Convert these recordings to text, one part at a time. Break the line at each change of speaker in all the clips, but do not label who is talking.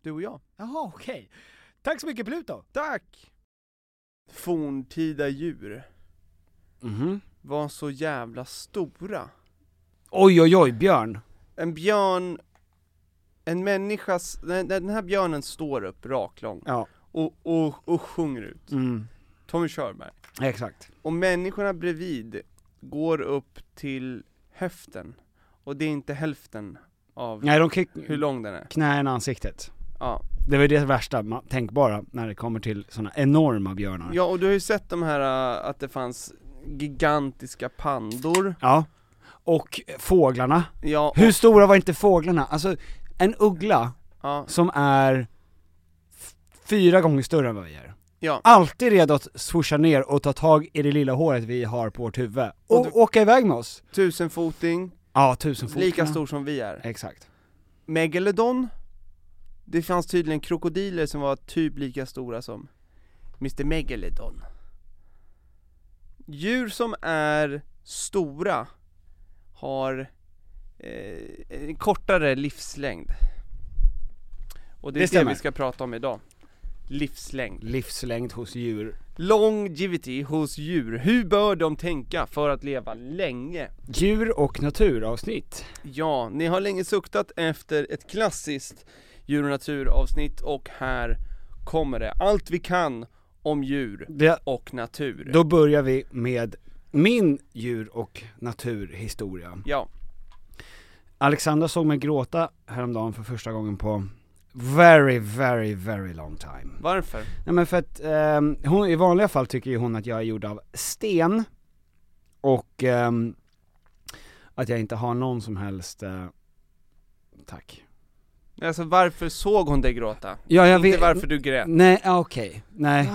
Du och jag.
Jaha, okej. Tack så mycket Pluto!
Tack! Forntida djur
Mhm.
var så jävla stora.
Oj oj oj, björn.
En björn, en människas, den, den här björnen står upp raklång
Ja.
och, och, och sjunger ut.
Mm.
Tommy Körberg.
Exakt.
Och människorna bredvid går upp till höften. Och det är inte hälften av
Nej, de kick...
hur lång den är.
knäna i ansiktet.
Ja.
Det var ju det värsta ma- tänkbara när det kommer till såna enorma björnar.
ja, och du har ju sett de här, äh, att det fanns gigantiska pandor.
Ja. Och fåglarna.
Ja, och,
Hur stora var inte fåglarna? Alltså, en uggla
ja,
som är f- fyra gånger större än vad vi är.
ja.
Alltid redo att swoosha ner och ta tag i det lilla håret vi har på vårt huvud. Och,
Och du-
åka iväg med oss.
Tusenfoting,
Ja, tusenfotarna.
lika stor som vi är.
Exakt.
Megalodon Det fanns tydligen krokodiler som var typ lika stora som Mr Megalodon Djur som är stora har eh, en kortare livslängd Och det
Det
är det,
stämmer.
vi ska prata om idag Livslängd
Livslängd hos djur.
Longevity hos djur, hur bör de tänka för att leva länge?
Djur och naturavsnitt.
Ja, ni har länge suktat efter ett klassiskt djur och naturavsnitt och här kommer det. Allt vi kan om djur
Det,
och natur.
Då börjar vi med min djur och naturhistoria.
Ja,
Alexandra såg mig gråta häromdagen för första gången på very, very, very long time.
varför?
Nej men för att ehm, hon, i vanliga fall tycker ju hon att jag är gjord av sten och ehm, att jag inte har någon som helst, eh, tack.
Alltså varför såg hon dig gråta?
Ja, jag
Inte varför Ah. du grät.
Nej, ja, okej, nej.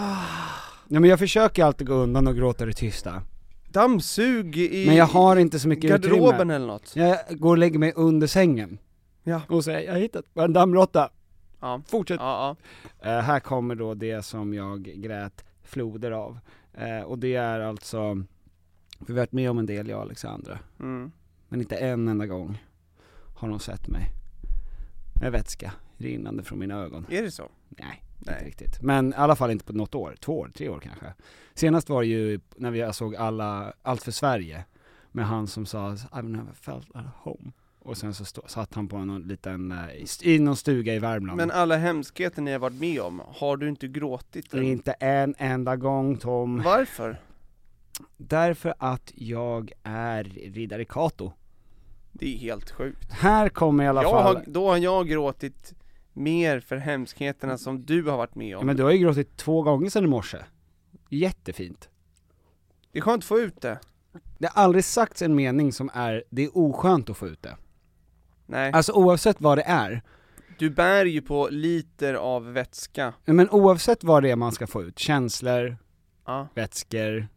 Nej men jag försöker alltid gå undan och gråta i det tysta.
Dammsug i
Men jag har inte så mycket
garderoben
utrymme.
eller något.
Jag går och lägger mig under sängen.
Ja.
Och säger, jag har hittat en dammråtta.
Ja.
Fortsätt.
Ja,
Eh, här kommer då det som jag grät floder av. Eh, och det är alltså, vi har varit med om en del jag och Alexandra.
ja. Mm.
Men inte en enda gång har de sett mig. Med vätska rinnande från mina ögon.
Är det så?
Nej,
Nej.
inte riktigt. Men i alla fall inte på något år, två år, tre år kanske. Senast var det ju när vi såg alla, Allt för Sverige, med han som sa I've never felt at home. Och sen så stå, satt han på någon liten, eh, i st- i någon stuga i Värmland.
Men alla hemskheter ni har varit med om, har du inte gråtit? än?
inte en enda gång Tom.
Varför?
Därför att jag är riddare Kato.
Det är helt sjukt.
Här kommer i alla
Jag
fall...
har, då har jag gråtit mer för hemskheterna som du har varit med
Ja,
om.
men du har ju gråtit två gånger sedan i morse. Jättefint.
Det är skönt att få ut det.
Det har aldrig sagts en mening som är, det är oskönt att få ut det.
Nej,
Alltså oavsett vad det är,
du bär ju på liter av vätska.
men oavsett vad det är man ska få ut, känslor,
Ja,
vätskor,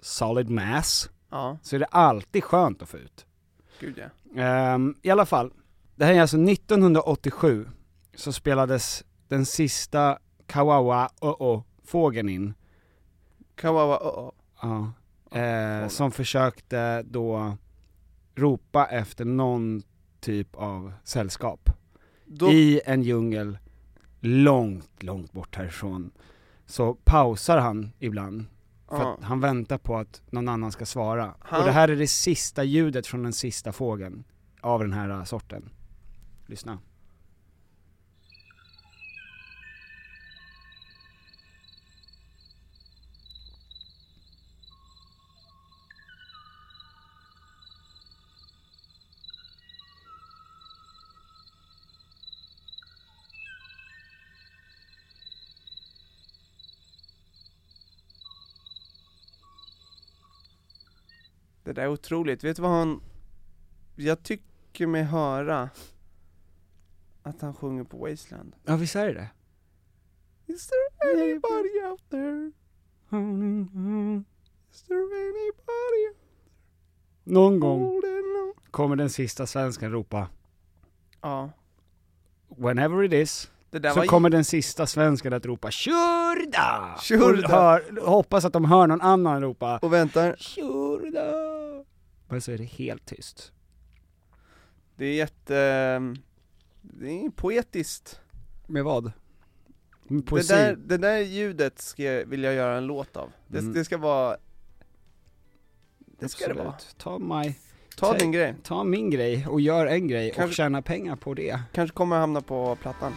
solid mass,
ja,
så är det alltid skönt att få ut.
gud ja.
Ehm, I alla fall, det här är alltså 1987, så spelades den sista Kawawa oh fågeln in.
Kawawa, oh, oh.
Ja. Eh, som försökte då ropa efter någon typ av sällskap
Då,
i en djungel långt, långt bort härifrån. Så pausar han ibland, för
ja.
att han väntar på att någon annan ska svara.
Han-
Och det här är det sista ljudet från den sista fågeln av den här eh, sorten. Lyssna.
Det där är otroligt. Vet du vad han... Jag tycker mig höra att han sjunger på Wasteland.
Ja visst är det det?
Is there anybody out there? Is there anybody
Någon gång
holding on?
kommer den sista svensken ropa
Ja,
Whenever it is
det där
så
var...
kommer den sista svensken att ropa 'Tjurda!'
Tjurda.
Och hör, hoppas att de hör någon annan ropa
Och väntar.
'Tjurda!' Men så är det helt tyst.
Det är jätte... ehm, Det är poetiskt.
Med vad? Med
Det
poesi.
där, det där ljudet ska jag, vill jag göra en låt av. Det,
Mm.
det ska vara... Det ska det vara.
Absolut. Ta, mig,
Ta
Säg-
din grej.
ta min grej och gör en grej och
Kanske-
tjäna pengar på det.
Kanske kommer jag hamna på plattan.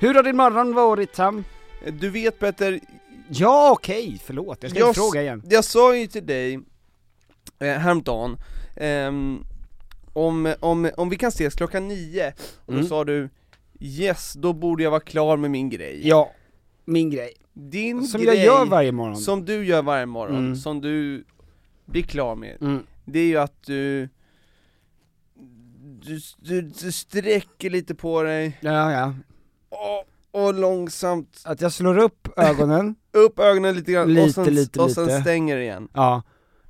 Hur har din morgon varit Sam?
Eh, Du vet Petter,
Ja okej, förlåt. Jag ska
Jag
inte fråga
s-
igen.
jag sa ju till dig eh, häromdagen, ehm, om, om, om vi kan ses klockan nio, och
Mm.
då sa du Yes, då borde jag vara klar med min grej.
Ja, min grej.
Din
Som
grej,
jag gör varje morgon.
som du gör varje morgon,
Mm.
som du blir klar med,
Mm.
det är ju att du du, du, du sträcker lite på dig,
Ja, ja.
och, och långsamt
Att jag slår upp ögonen,
upp ögonen lite grann,
Lite,
och sen,
lite,
och sen
lite.
stänger igen.
ja,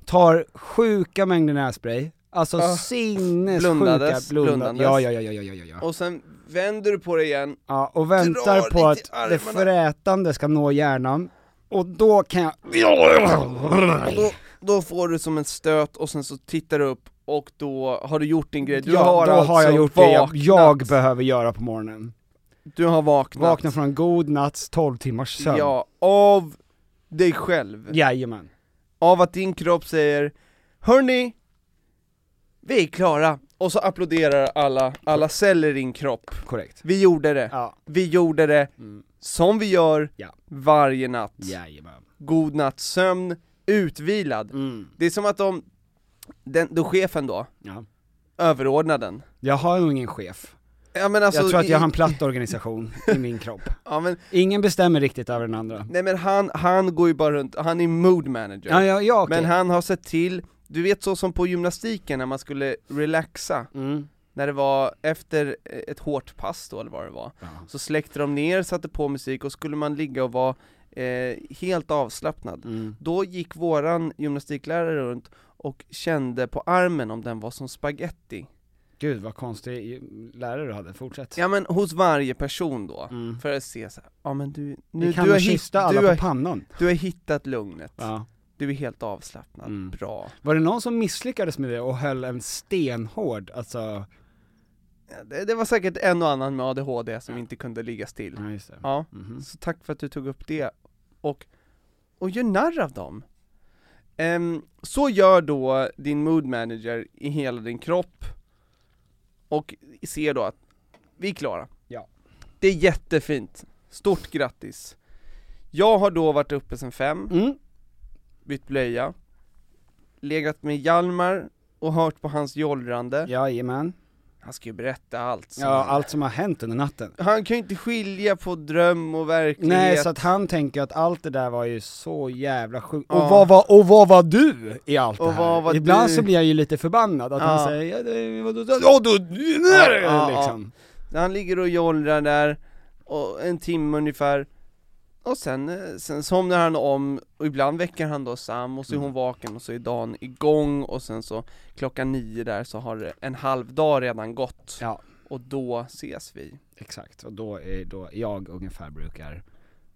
tar sjuka mängder nässpray, alltså
Ah.
sinnessjuka,
Blundades,
blundad.
blundandes.
Ja, ja, ja, ja, ja, ja, ja.
Och sen vänder du på dig igen,
ja och väntar
Drar
på
lite i
att det
armarna.
frätande ska nå hjärnan, och då kan jag...
Och då, då får du som en stöt och sen så tittar du upp och då har du gjort din grej. Du
ja,
har
då
alltså
har jag gjort det jag,
vaknat.
jag behöver göra på morgonen.
Du har vaknat.
Vakna från en god natts 12 timmars sömn.
Ja, av dig själv.
Jajamän.
Av att din kropp säger Hörni, vi är klara. Och så applåderar alla, alla celler i din kropp.
Korrekt.
Vi gjorde det.
Ja.
Vi gjorde det
Mm.
som vi gör
Ja.
varje natt.
Jajamän.
God natt sömn, utvilad.
Mm.
Det är som att de, den, då chefen då,
Ja.
överordnaden,
Jag har nog ingen chef.
Ja, men alltså,
jag tror att jag har en
i-
platt organisation i min kropp.
Ja, men,
Ingen bestämmer riktigt över den andra.
nej men han, han går ju bara runt, han är mood manager.
Ja, ja, ja okej.
Men han har sett till, du vet så som på gymnastiken när man skulle relaxa,
Mm.
när det var efter eh, ett hårt pass då eller vad det var,
Ja.
så släckte de ner, satte på musik och skulle man ligga och vara eh, helt avslappnad.
Mm.
Då gick våran gymnastiklärare runt och kände på armen om den var som spaghetti.
Gud vad konstig lärare du hade, fortsätt.
Ja men hos varje person då,
Mm.
för att se så här, ja men du,
Nu,
nu,
kan
du, har,
nog
hitt, du,
kyssta alla på
har,
pannan.
du har hittat lugnet,
Ja.
du är helt avslappnad,
Mm.
bra.
Var det någon som misslyckades med det och höll en stenhård, alltså...
Ja, Det, det var säkert en och annan med ADHD som inte kunde ligga still.
Ja, just det.
Ja,
Mhm.
så tack för att du tog upp det. Och, och gör narr av dem. Ehm, så gör då din mood manager i hela din kropp och ser då att vi är klara.
Ja.
Det är jättefint. Stort grattis. Jag har då varit uppe sen fem,
Mm.
bytt blöja, legat med Hjalmar och hört på hans jollrande.
Jajamän.
Han ska ju berätta allt. som
Ja,
han-
allt som har hänt under natten.
Han kan ju inte skilja på dröm och verklighet.
Nej, så att han tänker att allt det där var ju så jävla sjukt.
Ja.
Och, vad var, och vad var du i allt
Och
det här?
vad var
Ibland
du?
så blir jag ju lite förbannad att
Ja.
han säger ja, det, vadå, ja, då,
Ja, ja,
liksom.
Han ligger och jollrar där, och en timme ungefär. Och sen, eh, sen somnar han om, och ibland väcker han då Sam, och så är
Mm.
hon vaken, och så är dagen igång, och sen så klockan nio där så har det en halv dag redan gått.
Ja.
Och då ses vi.
Exakt, och då är då jag ungefär brukar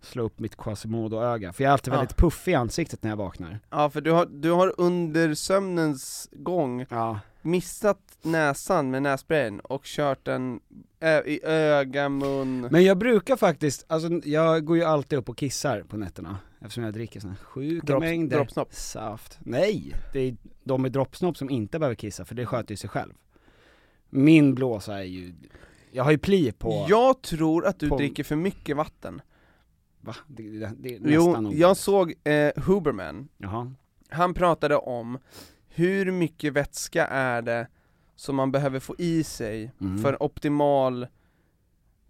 slå upp mitt Quasimodo-öga, för jag är alltid
Ja.
väldigt puffig i ansiktet när jag vaknar.
Ja, för du har, du har under sömnens gång
Ja.
missat näsan med nässprayen och kört den eh, i öga, mun.
Men jag brukar faktiskt, alltså jag går ju alltid upp och kissar på nätterna, eftersom jag dricker såna här sjuka
Dropp-
mängder
droppsnopp.
saft. Nej! Det är de med droppsnopp som inte behöver kissa, för det sköter ju sig själv. Min blåsa är ju, jag har ju pli på,
Jag tror att du
på-
dricker för mycket vatten.
va? Det, det, det är nästan
Jo,
omöjligt.
jag såg eh, Huberman,
Jaha.
han pratade om hur mycket vätska är det som man behöver få i sig
Mm.
för optimal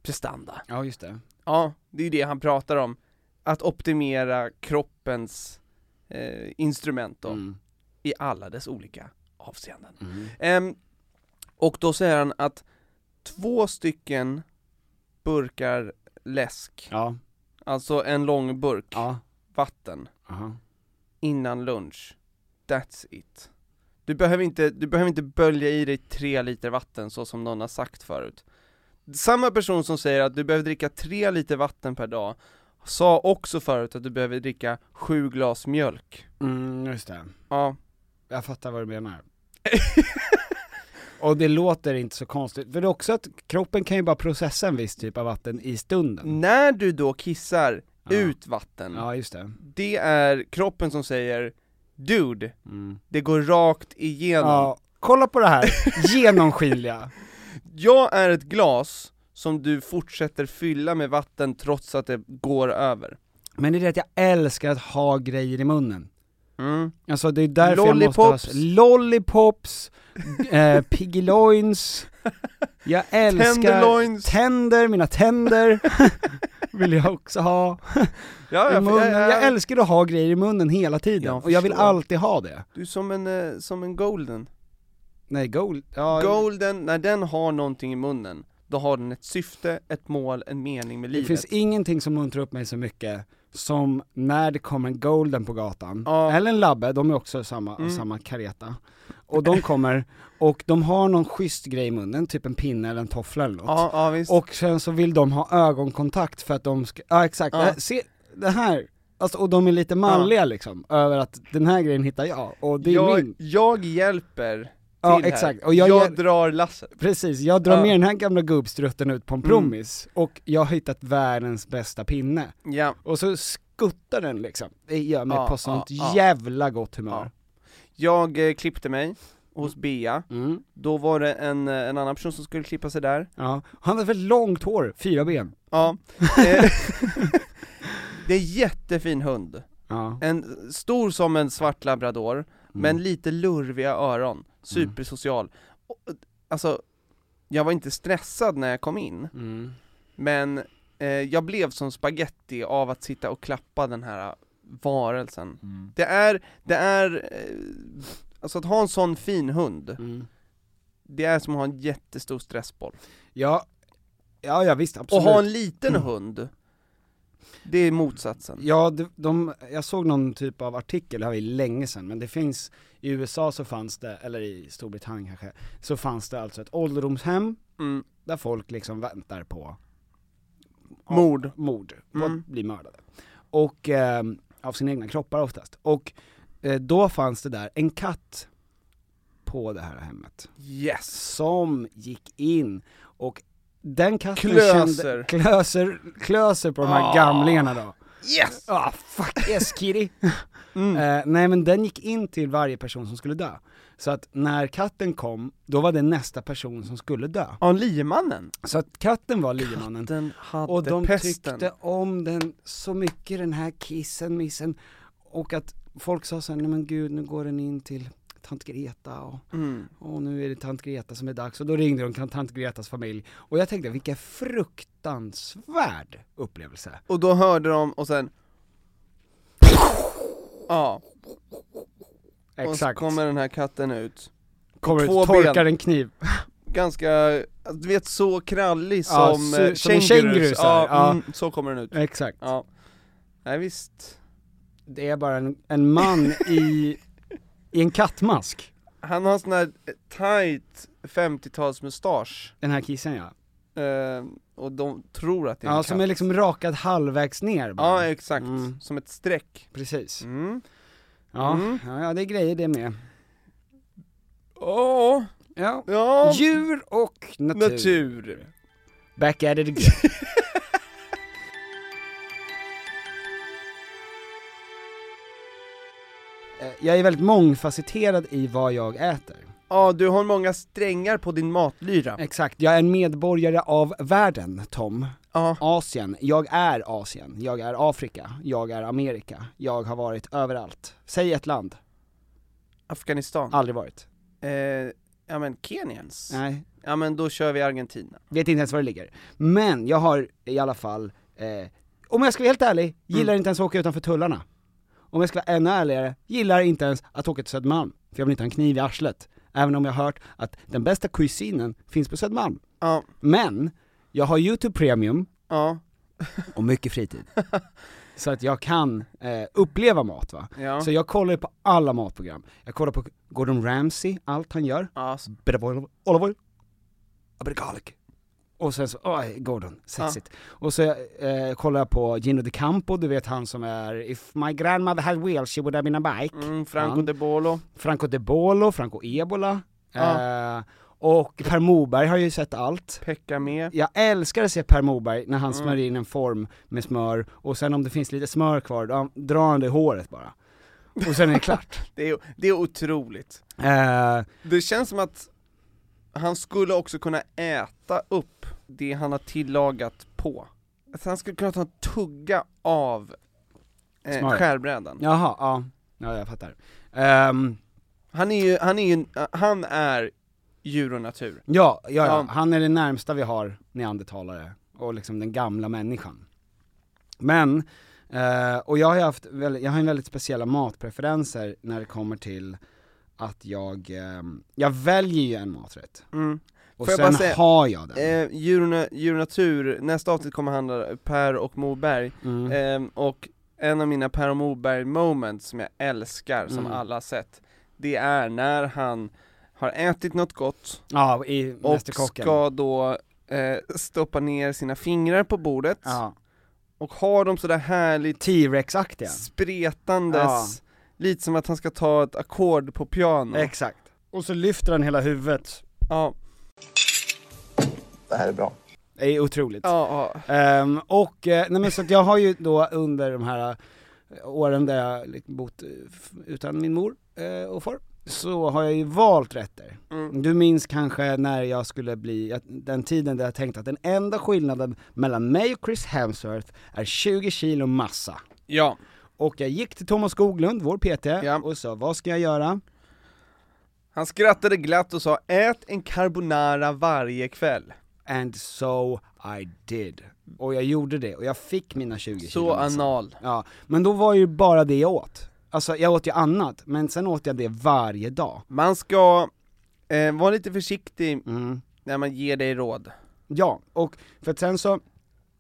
prestanda.
Ja just det.
Ja, det är ju det han pratar om. Att optimera kroppens eh, instrument då,
Mm.
i alla dess olika avseenden.
Mm.
Ehm, och då säger han att två stycken burkar läsk,
Ja,
alltså en lång burk
ja,
vatten
aha.
innan lunch. That's it. Du behöver inte, du behöver inte bölja i dig tre liter vatten så som någon har sagt förut. Samma person som säger att du behöver dricka tre liter vatten per dag sa också förut att du behöver dricka sju glas mjölk.
Mm, just det.
Ja.
Jag fattar vad du menar. Och det låter inte så konstigt, för det är också att kroppen kan ju bara processa en viss typ av vatten i stunden.
När du då kissar
Ja.
ut vatten,
Ja, just det.
det är kroppen som säger Dude,
Mm.
det går rakt igenom.
Ja, kolla på det här, genomskinliga.
Jag är ett glas som du fortsätter fylla med vatten trots att det går över.
Men det är det att jag älskar att ha grejer i munnen.
Mm.
Alltså det är därför jag
Lollipops.
måste ha... Lollipops! eh, Piggeloins, jag älskar...
Tenderloins.
Tänder, mina tänder vill jag också ha.
ja,
I
ja,
munnen.
ja, ja.
Jag älskar att ha grejer i munnen hela tiden,
Jag
och jag vill
förstår.
alltid ha det.
Du är som en, eh, som en golden.
Nej, gold, ja,
Golden, när den har någonting i munnen, då har den ett syfte, ett mål, en mening med
det
livet.
finns ingenting som muntrar upp mig så mycket som när det kommer en golden på gatan,
Ja.
eller en labbe, de är också samma, av
Mm.
samma kareta. Och de kommer, och de har någon schysst grej i munnen, typ en pinne eller en toffla eller något.
ja, ja, visst.
Och sen så vill de ha ögonkontakt för att de ska, ja exakt,
Ja.
Äh, se, det här, alltså, och de är lite malliga liksom, över att den här grejen hittar jag, och det är
jag,
min.
jag hjälper till
Ja
här.
exakt, och
Och
jag,
jag,
jag
drar lasset.
Precis, jag drar
Ja. Mm.
med den här gamla gubbstrutten ut på en promis och jag har hittat världens bästa pinne.
Ja.
Och så skuttar den liksom, det gör mig
Ja,
på sånt
ja, ja.
jävla gott humör.
Jag eh, klippte mig hos Bea,
Ja. Mm.
då var det en, eh, en annan person som skulle klippa sig där.
ja. Han hade väldigt långt hår, fyra ben.
Ja. Eh, det är en jättefin hund.
Ja. Mm.
En stor som en svart labrador, men lite lurviga öron, supersocial. Och, Alltså, jag var inte stressad när jag kom in,
Mm.
men eh, jag blev som spaghetti av att sitta och klappa den här varelsen.
Mm.
Det är, det är, eh, alltså att ha en sån fin hund,
Mm.
det är som att ha en jättestor stressboll.
Ja, ja, ja visst
Och
absolut. Mm.
ha en liten hund, det är motsatsen.
Ja, de, de, jag såg någon typ av artikel, det här var ju länge sedan, men det finns, i USA så fanns det, eller i Storbritannien kanske, så fanns det alltså ett ålderdomshem
Mm.
där folk liksom väntar på ja,
Mord.
mord, på
Mm.
att bli mördade. Och, eh, av sina egna kroppar oftast. Och eh, då fanns det där en katt på det här hemmet,
Yes!
som gick in och den katten
Klöser.
kände, klöser, klöser på de här
Ah.
gamlingarna då.
Yes!
Ah fuck yes kitty!
Mm.
Eh, nej men den gick in till varje person som skulle dö. Så att när katten kom, då var det nästa person som skulle dö.
Ja, liemannen.
Så att katten var liemannen.
Den hade
Och de
pesten.
tyckte om den så mycket den här kissen, missen. Och att folk sa såhär, nej men gud nu går den in till tant Greta och,
Mm.
och nu är det tant Greta som är dags. Och då ringde de till tant Gretas familj. Och jag tänkte, vilken fruktansvärd upplevelse.
Och då hörde de, och sen... Ja, och så
Exakt.
kommer den här katten ut.
Kommer
två
ut, torkar
ben.
en kniv.
Ganska, du vet så krallig
Ja,
som,
su-
eh,
som en känguru så här,
ja,
ja.
Mm, så kommer den ut.
Exakt.
Ja. Nej visst.
Det är bara en, en man i, i en kattmask.
Han har sån här eh, tight 50-talsmustasch,
Den här kissen ja.
eh, och de tror att det är en
Ja, som
katt.
är liksom rakad halvvägs ner
Ja
bara.
exakt,
Mm.
som ett streck.
Precis.
Mm.
Ja.
Mm.
Ja, ja, det är grejer det med.
Åh,
Ja.
ja,
Djur och natur.
natur.
Back at it again. Eh, Jag är väldigt mångfacetterad i vad jag äter.
Ja, du har många strängar på din matlyra.
Exakt, jag är en medborgare av världen, Tom.
Ja,
Asien, jag är Asien, jag är Afrika, jag är Amerika, jag har varit överallt. Säg ett land,
Afghanistan.
aldrig varit.
Eh, ja men Kenyans.
Nej,
Ja men då kör vi Argentina.
vet inte ens var det ligger. Men jag har i alla fall, eh, om jag ska vara helt ärlig, gillar inte ens att åka utanför tullarna. Om jag ska vara ännu ärligare, gillar inte ens att åka till Södermalm, för jag vill inte ha en kniv i arslet. Även om jag har hört att den bästa cuisinen finns på Södermalm.
Ja,
Men, jag har YouTube Premium
ja,
och mycket fritid. Så att jag kan eh, uppleva mat va.
ja.
Så jag kollar ju på alla matprogram. Jag kollar på Gordon Ramsay, allt han gör.
ja så,
Bit of olive- olive oil, a bit of garlic. Och sen så, oj, Gordon, sexigt. Och så eh, kollar jag på Gino De Campo, du vet han som är If my grandmother had wheels she would have been a bike.
mm, Franco
Han.
de Bolo.
Franco De Bolo, Franco Ebola. Eh, och Per Moberg har ju sett allt.
Pekka med.
Jag älskar att se Per Moberg när han
Mm.
smörjer in en form med smör, och sen om det finns lite smör kvar, då drar han det i håret bara. Och sen är det klart.
Det är, det är otroligt.
Eh,
Det känns som att han skulle också kunna äta upp det han har tillagat på. Att han skulle kunna ta en tugga av eh,
Smart.
skärbrädan.
jaha, ja. Ja, jag fattar. Ehm,
Han är ju, han är ju, han är djur och natur.
ja, ja,
Ja.
ja, han är det närmsta vi har neandertalare, och liksom den gamla människan. Men, eh, och jag har ju haft, väldigt, jag har ju väldigt speciella matpreferenser när det kommer till att jag, ehm, jag väljer ju en maträtt,
Mm.
och
Får jag
sen
bara säga-
har jag den.
Eh, djur, och na- djur och natur, nästa avsnitt kommer handla om Per och Moberg,
Mm.
Ehm, och en av mina Per och Moberg moments som jag älskar, som
Mm.
alla har sett, det är när han har ätit något gott
Ja, i
och
Mästerkocken.
ska då eh, stoppa ner sina fingrar på bordet,
Ja.
och har dem sådär härligt
T-Rex-aktiga.
spretandes, lite som att han ska ta ett ackord på piano.
Exakt. Och så lyfter han hela huvudet.
ja,
Det är otroligt.
ja, ja.
Ehm, och, eh, nej men så att jag har ju då under de här eh, åren där jag liksom bott eh, f- utan min mor eh, och far, så har jag ju valt rätter.
Mm.
Du minns kanske när jag skulle bli, att- den tiden där jag tänkte att den enda skillnaden mellan mig och Chris Hemsworth är 20 kilo massa.
ja.
Och jag gick till Thomas Skoglund, vår PT,
Ja.
och sa vad ska jag göra?
Han skrattade glatt och sa ät en carbonara varje kväll.
And so I did. Och jag gjorde det, och jag fick mina 20 kilo
Så
med sig.
anal.
Ja, men då var ju bara det jag åt. Alltså jag åt ju annat, men sen åt jag det varje dag.
Man ska eh, vara lite försiktig
Mm.
när man ger dig råd.
Ja, och för att sen så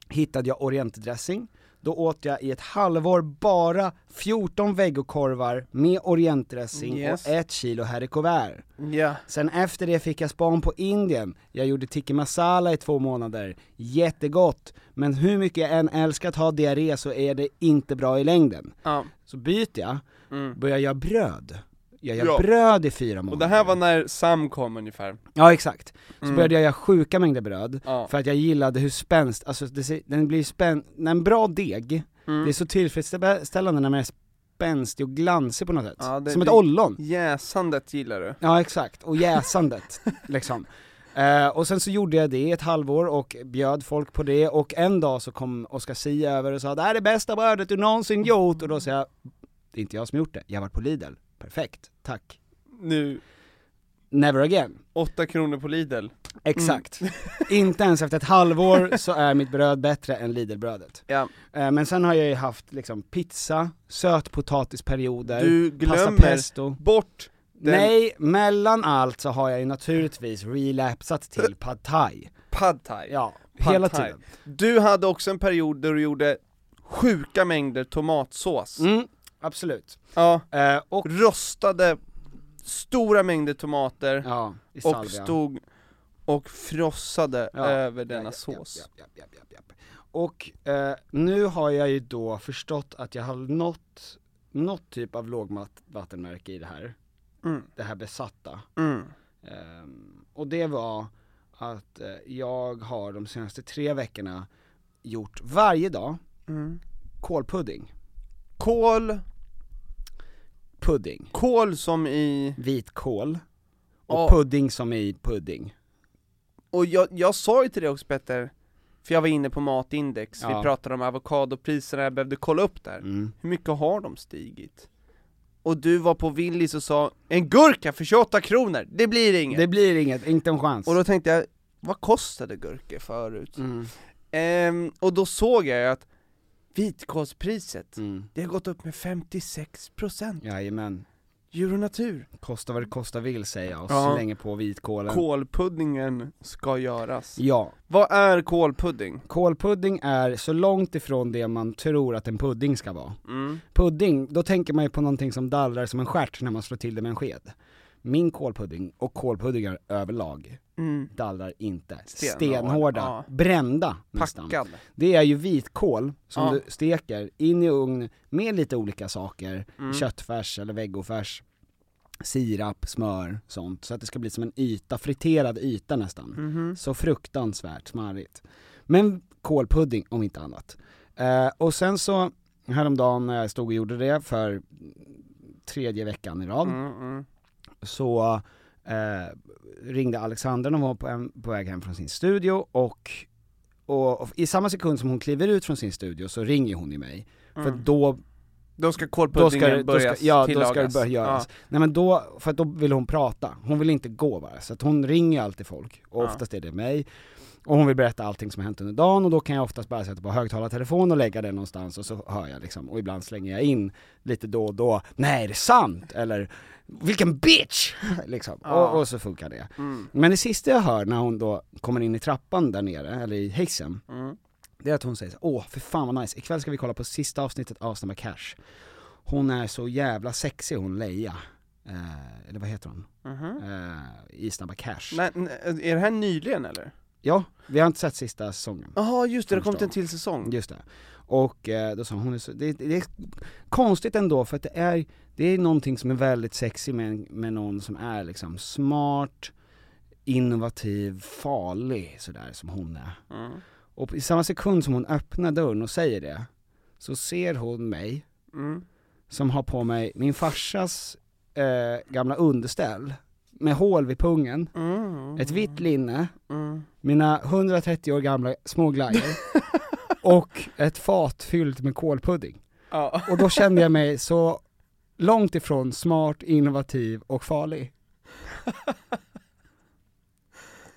hittade jag orientdressing, då åt jag i ett halvår bara 14 väggokorvar med orientdressing
Yes.
och ett kilo haricots
Ja.
Sen efter det fick jag span på Indien, jag gjorde tikka masala i två månader, jättegott, men hur mycket jag än älskar att ha diarré så är det inte bra i längden.
ja.
Så byter jag,
Mm.
börjar jag bröd. Jag gör
Ja.
bröd i fyra månader.
Och det här var när Sam kom ungefär.
Ja exakt. Så
Mm.
började jag göra sjuka mängder bröd,
Ja.
för att jag gillade hur spänst, alltså det, ser- den blir spänn, när en bra deg,
Mm.
det är så tillfredsställande när den är spänstig och glansig på något sätt.
Ja, det
Som ett
blir-
ollon.
Jäsandet gillar du.
Ja exakt, och jäsandet liksom. Eh, och sen så gjorde jag det i ett halvår och bjöd folk på det och en dag så kom Oscar Sia över och sa det här är det bästa brödet du någonsin gjort och då sa jag det är inte jag som gjort det, jag har varit på Lidl, perfekt, tack.
Nu,
Never again.
8 kronor på Lidl.
Exakt.
Mm.
inte ens efter ett halvår så är mitt bröd bättre än Lidl-brödet.
Ja.
Eh, men sen har jag ju haft liksom pizza, sötpotatisperioder,
Du
pasta
glömmer
pesto.
bort den
Nej, mellan allt så har jag ju naturligtvis relapsat till pad thai.
pad thai.
Ja,
Pad
hela
thai.
tiden.
Du hade också en period där du gjorde sjuka mängder tomatsås.
Mm, absolut.
Ja.
Eh, och,
Rostade stora mängder tomater
ja, i salvia.
och stod och frossade
Ja,
över denna
ja, ja,
sås.
Ja, ja, ja, ja, ja. Och eh, nu har jag ju då förstått att jag har nått, något typ av lågvattenmärke i det här,
Mm.
det här besatta.
Mm.
Ehm, och det var att eh, jag har de senaste tre veckorna gjort varje dag
Mm.
kolpudding.
Kål,
Pudding.
kål som i,
Vitkål. Och
Ja.
pudding som i pudding.
och jag, jag sa ju till dig också Petter, för jag var inne på matindex,
Ja.
vi pratade om avokadopriserna, jag behövde kolla upp där.
Mm.
Hur mycket har de stigit? Och du var på Willys och sa, en gurka för 28 kronor, det blir inget!
Det blir inget, inte en chans.
Och då tänkte jag, vad kostade gurkor förut?
mm.
Ehm, och då såg jag ju att vitkålspriset,
Mm.
det har gått upp med 56%
Jajamän.
Euronatur
Kosta vad det kosta vill säger jag och
Ja.
slänger på vitkålen.
Kålpuddingen ska göras
Ja,
Vad är kålpudding?
kålpudding är så långt ifrån det man tror att en pudding ska vara.
Mm.
Pudding, då tänker man ju på någonting som dallrar som en stjärt när man slår till det med en sked. Min kålpudding, och kålpuddingar överlag,
Mm.
dallrar inte.
Stenhård,
Stenhårda,
ja.
brända nästan.
Packad
Det är ju vitkål som
Ja.
du steker in i ugn med lite olika saker,
Mm.
köttfärs eller vegofärs, sirap, smör, sånt. Så att det ska bli som en yta, friterad yta nästan.
Mhm.
Så fruktansvärt smarrigt. Men kålpudding om inte annat. Eh, och sen så, häromdagen när jag stod och gjorde det för tredje veckan i rad,
mm. Mm.
så eh, ringde Alexander när hon var på, en, på väg hem från sin studio och, och, och i samma sekund som hon kliver ut från sin studio så ringer hon i mig. För
Mm.
då,
Då ska
då
kålpuddingen
ska, det- då ska,
börja
ja, då
tillagas
ska det börja göras. Nej men då, för att då vill hon prata. Hon vill inte gå bara. Så att hon ringer alltid folk, och
Ja.
oftast är det mig. Och hon vill berätta allting som har hänt under dagen och då kan jag oftast bara sätta på högtalartelefon och lägga den någonstans och så hör jag liksom, och ibland slänger jag in lite då och då, nej är det sant? Eller, vilken bitch! liksom.
Ja.
Och, och så funkar det.
Ja. Mm.
Men det sista jag hör när hon då kommer in i trappan där nere, eller i hissen,
Mm.
det är att hon säger så, åh för fan vad nice, ikväll ska vi kolla på sista avsnittet av Snabba Cash. Hon är så jävla sexig hon Leia, eh, eller vad heter hon?
Mhm.
Eh, I Snabba Cash.
Nej, nej, är det här nyligen eller?
Ja, vi har inte sett sista säsongen.
Jaha just det, det har kommit
Förstår.
en till säsong
Just det. Och eh, då sa hon, hon är så, det, det är konstigt ändå för att det är, det är någonting som är väldigt sexy med, med någon som är liksom smart, innovativ, farlig sådär som hon är.
mm.
Och i samma sekund som hon öppnar dörren och säger det, så ser hon mig,
Mm.
som har på mig min farsas eh, gamla underställ, med hål vid pungen,
Mm.
ett vitt linne,
mm.
mina 130 år gamla små glajjor och ett fat fyllt med kolpudding.
Ja.
Och då kände jag mig så långt ifrån smart, innovativ och farlig.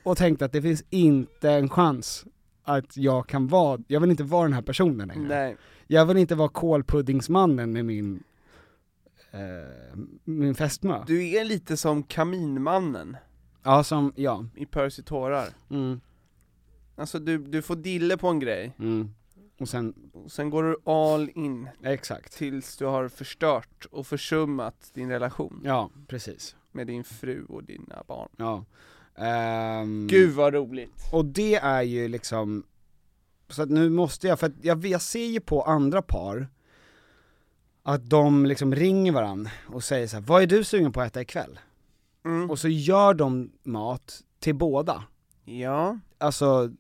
och tänkte att det finns inte en chans att jag kan vara, jag vill inte vara den här personen längre.
Nej.
Jag vill inte vara kolpuddingsmannen med min, eh, min fästmö.
Du är lite som Kaminmannen
Ja, som, ja.
i Percy tårar.
Mm.
Alltså du, du får dille på en grej,
Mm. Och sen,
och sen går du all in
exakt.
tills du har förstört och försummat din relation
Ja, precis.
med din fru och dina barn.
Ja. Ehm,
Gud vad roligt!
Och det är ju liksom, så att nu måste jag, för att jag, jag ser ju på andra par att de liksom ringer varandra och säger så här, vad är du sugen på att äta ikväll?
Mm.
Och så gör de mat till båda.
Ja.
Alltså,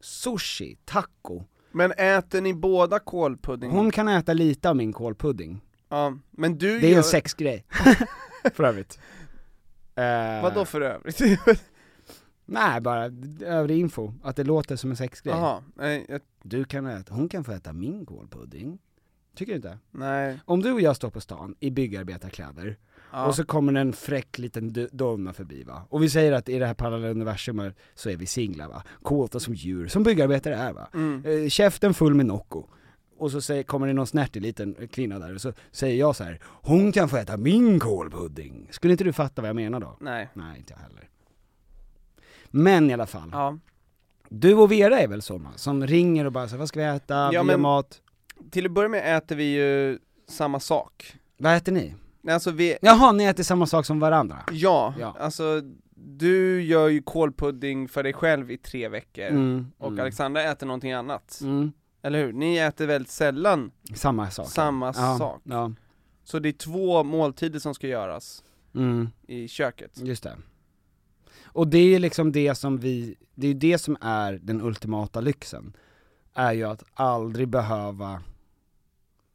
sushi, taco.
Men äter ni båda kolpudding?
Hon kan äta lite av min kålpudding.
Ja, men Mm. du
Det är
gör...
en sexgrej. för övrigt. Eh,
Vadå för övrigt?
Nej, bara övrig info. Att det låter som en sexgrej.
Jaha, nej, jag...
Du kan äta, hon kan få äta min kålpudding. Tycker du inte?
nej.
Om du och jag står på stan i byggarbetarkläder
Ja.
och så kommer en fräck liten d- donna förbi va. Och vi säger att i det här parallella universumet så är vi singlar va. Kåta som djur, som byggarbetare är va.
Mm.
Eh, käften full med Nocco. Och så säger, kommer det någon snärtig liten kvinna där och så säger jag så här: hon kan få äta min kålpudding. Skulle inte du fatta vad jag menar då?
Nej.
Nej, inte jag heller. Men i alla fall,
Ja.
du och Vera är väl sådana som ringer och bara så här, vad ska vi äta, vi gör
men-
mat.
Till att börja med äter vi ju samma sak.
Vad äter ni?
Nej, Alltså vi,
Jaha, ni äter samma sak som varandra?
ja,
Ja.
alltså du gör ju kolpudding för dig själv i tre veckor,
Mm,
och
mm,
Alexandra äter någonting annat.
mm.
Eller hur? Ni äter väldigt sällan,
Samma sak.
Samma
ja,
sak.
Ja,
så det är två måltider som ska göras
mm,
i köket.
just det. Och det är ju liksom det som vi, det är ju det som är den ultimata lyxen. Är ju att aldrig behöva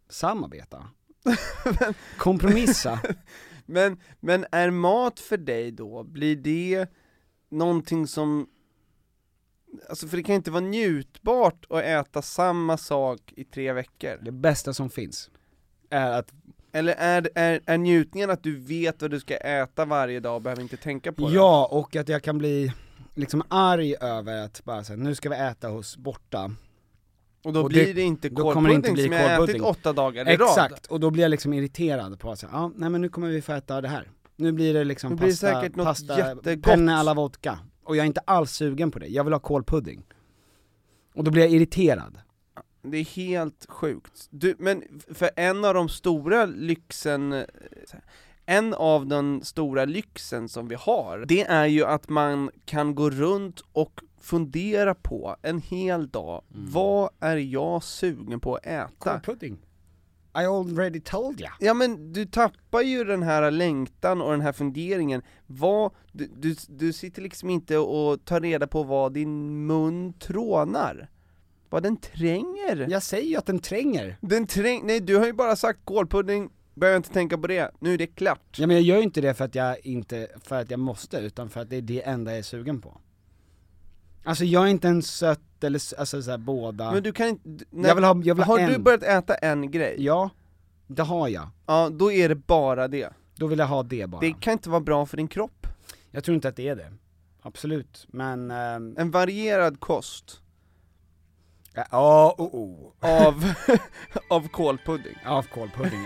samarbeta. Mm. Kompromissa.
Men, men är mat för dig då, blir det någonting som Alltså för det kan inte vara njutbart att äta samma sak i tre veckor.
Det bästa som finns. Är att,
Eller är, är, är njutningen att du vet vad du ska äta varje dag och behöver inte tänka på det?
ja, och att jag kan bli liksom arg över att bara säga nu ska vi äta hos borta.
Och då
Och
blir det,
det-
inte
då kommer det inte
kålpudding
bli
som jag har ätit
kålpudding.
åtta dagar i rad.
Exakt, och då blir jag liksom irriterad på att säga, ja nej men nu kommer vi få äta det här. Nu blir det liksom
Det blir
pasta,
säkert något
pasta
jättegott.
penne alla vodka. Och jag är inte alls sugen på det, jag vill ha kålpudding. Och då blir jag irriterad.
Det är helt sjukt. Du, men f- för en av de stora lyxen, eh, så här, en av den stora lyxen som vi har, det är ju att man kan gå runt och fundera på en hel dag, vad är jag sugen på att äta?
Kålpudding? I already told ya.
Ja men du tappar ju den här längtan och den här funderingen, vad, du, du, du sitter liksom inte och tar reda på vad din mun trånar, vad den tränger.
Jag säger ju att den tränger.
Den träng, nej du har ju bara sagt kålpudding, behöver inte tänka på det, nu är det klart.
Ja men jag gör ju inte det för att jag inte, för att jag måste, utan för att det är det enda jag är sugen på. Alltså jag är inte en sött eller, s- alltså såhär båda.
Men du kan inte, d- när,
jag vill ha, jag vill ha,
har
en.
du börjat äta en grej,
Ja, det har jag.
ja då är det bara det.
Då vill jag ha det bara.
Det kan inte vara bra för din kropp.
Jag tror inte att det är det. Absolut, men... ehm,
En varierad kost
Ja, oh, oh.
av, av kålpudding.
Av kålpudding.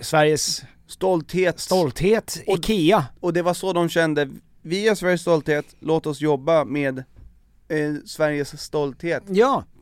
Sveriges
Stolthet.
stolthet,
Och-
IKEA.
Och det var så de kände, vi är Sveriges stolthet, låt oss jobba med eh, Sveriges stolthet.
Ja,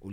och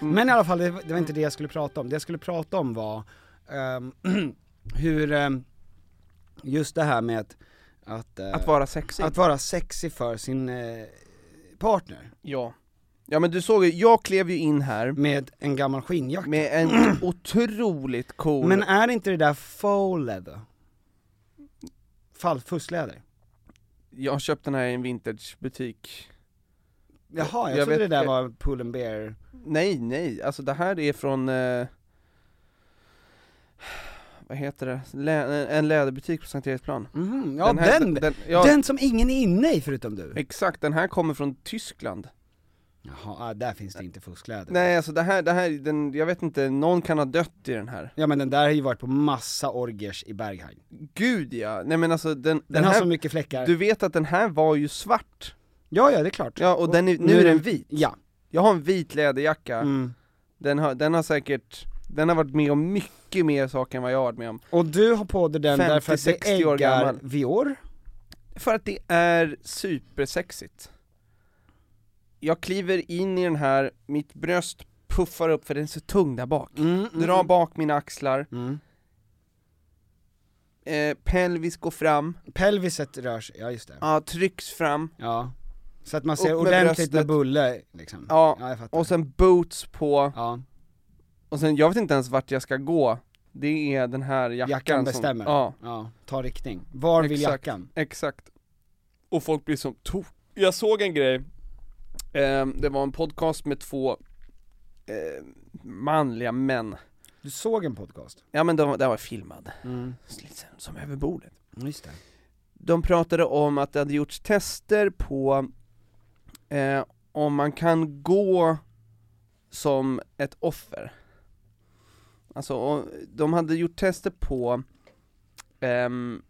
Mm.
Men i alla fall, det, det var inte det jag skulle prata om. Det jag skulle prata om var ehm, hur, ehm, just det här med att, att, eh,
Att vara sexig.
att vara sexig för sin eh, partner
Ja. Ja men du såg ju, jag klev ju in här
med en gammal skinnjacka.
med en otroligt cool,
Men äh- är inte det där faux leather? Fall, fuskläder?
jag köpte den här i en vintagebutik.
Jaha, jag,
Jag
trodde
vet-
det där
jag-
var Pull and Bear.
Nej, nej, alltså det här är från, eh, vad heter det, Lä- en läderbutik på Sankt Eriksplan.
Mhm, ja den,
här-
den,
ja,
som ingen är inne i förutom du.
Exakt, den här kommer från Tyskland.
Jaha, ah, där finns det inte fuskläder.
Nej alltså det här, det här, den, jag vet inte, någon kan ha dött i den här.
Ja men den där har ju varit på massa orgers i Berghain. Den,
Gud ja, nej men alltså den, den,
har
här,
så mycket fläckar.
du vet att den här var ju svart.
Ja, ja det är klart.
Ja och den är, nu är den vit.
Ja.
Jag har en vit läderjacka,
Mm.
den, har, den har säkert, den har varit med om mycket mer saker än vad jag har varit med om.
Och du har på dig den
50,
därför att det
60 år
äggar
gammal.
Vior.
För att det är supersexigt. Jag kliver in i den här, mitt bröst puffar upp för den är så tung där bak.
Mm,
Dra bak mina axlar,
Mm.
eh, pelvis går fram,
Pelviset rör sig, ja just det.
ja, trycks fram,
Ja. Så att man ser
Upp med
ordentligt
bröstet.
med bulle liksom.
Ja,
jag fattar.
och sen boots på,
Ja,
och sen jag vet inte ens vart jag ska gå. Det är den här jackan,
jackan bestämmer.
Som, ja,
ja. Ta riktning. Var vill
Exakt.
jackan?
Exakt. Och folk blir som tok. Jag såg en grej, Ehm, det var en podcast med två eh, manliga män.
Du såg en podcast?
Ja men de, den var filmad,
Mm.
Slitsen som över bordet.
Just det.
De pratade om att det hade gjorts tester på eh, om man kan gå som ett offer. Alltså, och de hade gjort tester på ehm,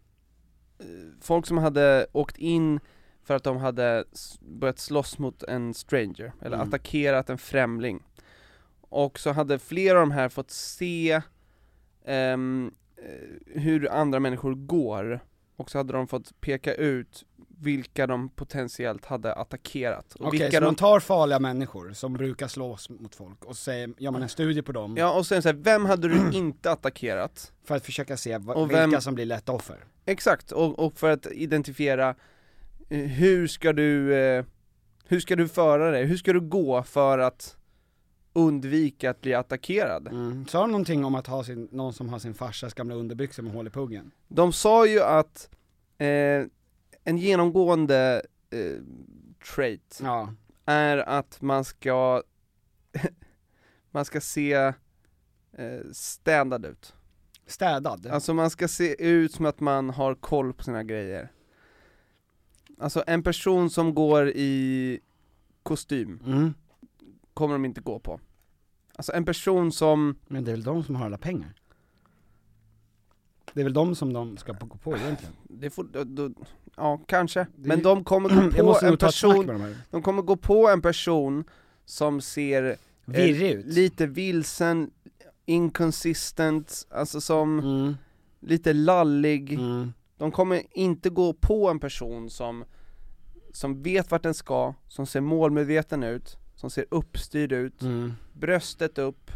eh, folk som hade åkt in för att de hade s- börjat slåss mot en stranger, eller
Mm.
attackerat en främling. Och så hade flera av de här fått se ehm, eh, hur andra människor går, och så hade de fått peka ut vilka de potentiellt hade attackerat. Och
Okej,
vilka
så
de
man tar farliga människor som brukar slås mot folk och säger, gör man en studie på dem
Ja och sen så här, vem hade du inte attackerat?
för att försöka se va-
Och
vilka
vem-
som blir lätta offer?
Exakt, och, och för att identifiera eh, hur ska du, eh, hur ska du föra dig, hur ska du gå för att undvika att bli attackerad.
Mm. Sa de någonting om att ha sin, någon som har sin farsas gamla underbyxor med hål i puggen?
De sa ju att eh, en genomgående eh, trait
Ja.
är att man ska man ska se eh, standard ut.
Städad?
Alltså man ska se ut som att man har koll på sina grejer. Alltså en person som går i kostym
Mm.
kommer de inte gå på. Alltså en person som,
Men det är väl de som har alla pengar? Det är väl de som de ska gå på egentligen?
det får, då, då, ja kanske,
Det är
men
ju-
de kommer gå
Jag
på
måste
en
nog ta ett snack
person,
med de här.
de kommer gå på en person som ser
Virrig ut.
lite vilsen, inconsistent, alltså som
Mm.
lite lallig,
Mm.
De kommer inte gå på en person som, som vet vart den ska, som ser målmedveten ut, som ser uppstyrd ut,
Mm.
bröstet upp.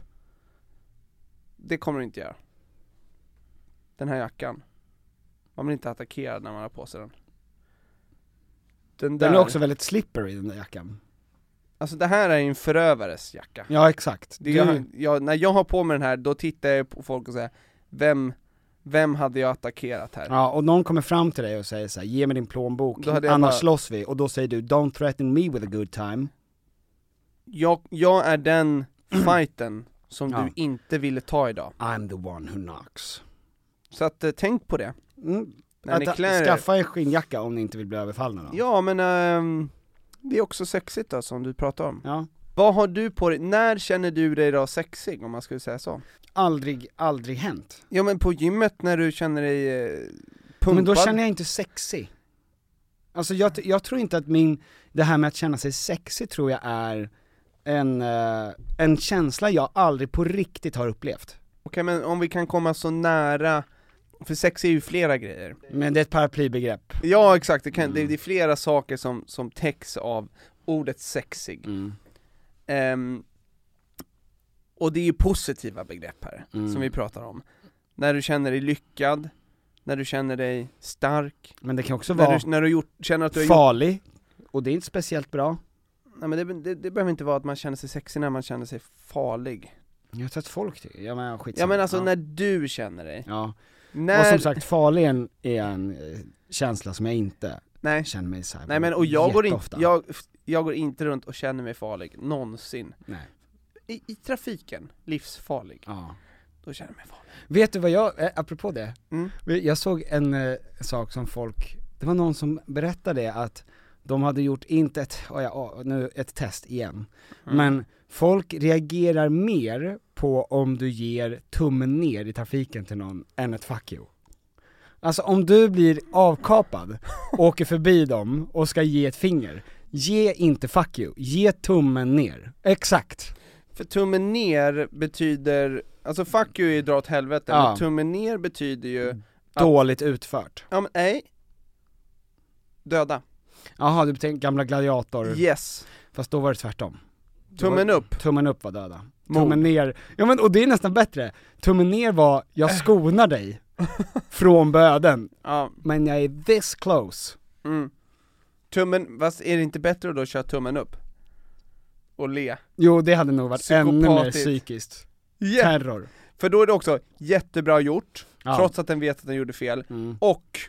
Det kommer du inte göra. Den här jackan. Man blir inte attackerad när man har på sig den. Den där,
Den är också väldigt slippery den där jackan.
alltså det här är ju en förövares jacka.
Ja exakt.
Det
Du-
jag, jag, när jag har på mig den här, då tittar jag på folk och säger, vem, vem hade jag attackerat här?
Ja, och någon kommer fram till dig och säger så här, ge mig din plånbok,
Då hade jag
annars
bara-
slåss vi. Och då säger du 'Don't threaten me with a good time'
jag, jag är den fighten som
Mm. Ja.
du inte ville ta idag.
I'm the one who knocks.
Så att eh, tänk på det.
Mm.
När ni
Att,
klär er.
skaffa en skinnjacka om ni inte vill bli överfallna då.
Ja men ehm, det är också sexigt då som du pratar om.
ja.
Vad har du på dig, när känner du dig då sexig om man skulle säga så?
Aldrig, aldrig hänt.
Ja men på gymmet när du känner dig eh, pumpad.
Men då känner jag inte sexy. Alltså jag, t- jag tror inte att min, det här med att känna sig sexy tror jag är en, eh, en känsla jag aldrig på riktigt har upplevt.
Okej men om vi kan komma så nära, för sex är ju flera grejer.
Men det är ett paraplybegrepp.
Ja exakt, det, kan,
Mm.
det, det är flera saker som, som täcks av ordet sexig. Ehm, och det är ju positiva begrepp här,
Mm.
som vi pratar om. När du känner dig lyckad, när du känner dig stark,
Men det kan också
när
vara
du, när du gjort, känner att du har gjort,
farlig, och det är inte speciellt bra.
nej, men det, det, det behöver inte vara att man känner sig sexig när man känner sig farlig.
Jag tror att folk tycker, jag menar skitsamma.
Ja men alltså
ja.
när du känner dig,
Ja,
när,
och som sagt farlig är en, är en eh, känsla som jag inte
nej,
känner mig såhär
nej men och jag går, in,
jätteofta.
jag, jag går inte runt och känner mig farlig, någonsin.
Nej.
I, i trafiken, livsfarlig,
Ja.
då känner jag mig farlig.
Vet du vad jag, eh, apropå det,
Mm.
jag såg en eh, sak som folk, det var någon som berättade att de hade gjort, inte ett, oh ja, oh, nu ett test igen, men folk reagerar mer på om du ger tummen ner i trafiken till någon än ett fuck you. Alltså om du blir avkapad, åker förbi dem och ska ge ett finger, ge inte fuck you, ge tummen ner. Exakt.
För tummen ner betyder, alltså fuck you är ju dra åt helvete,
Ja. Mm.
men tummen ner betyder ju, Ja.
Dåligt utfört.
ja men nej, döda,
Jaha, du tänkte gamla gladiator,
yes,
fast då var det tvärtom.
tummen
Det var-
upp,
Tummen upp var döda.
Mord.
Tummen ner, ja men och det är nästan bättre. Tummen ner var, jag skonar dig från böden,
Äh. ja,
men jag är this close.
mm. tummen, fast är det inte bättre att då köra tummen upp? Och le?
Jo det hade nog varit ännu mer
Psykopatiskt.
psykiskt.
Yeah.
Terror.
För då är det också jättebra gjort,
Ja. Mm.
trots att den vet att den gjorde fel, och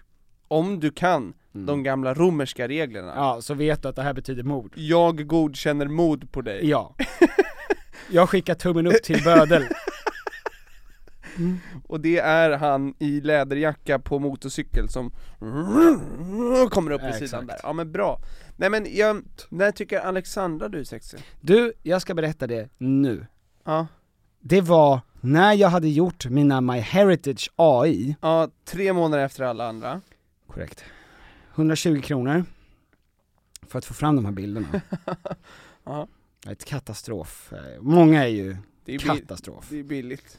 om du kan, de gamla romerska reglerna,
Ja, så vet du att det här betyder mord.
jag godkänner mod på dig,
Ja. Jag skickar tummen upp till bödel.
och det är han i läderjacka på motorcykel som kommer upp i
Ja,
sidan
exakt.
där. Ja men bra. Nej men jag, när tycker Alexandra du är sexig?
Du, jag ska berätta det nu.
Ja,
Det var när jag hade gjort mina MyHeritage AI,
ja tre månader efter alla andra.
korrekt, 120 kronor för att få fram de här bilderna.
Ja.
Ett katastrof. Eh, Många är ju
Det är, bill-
katastrof.
det är billigt.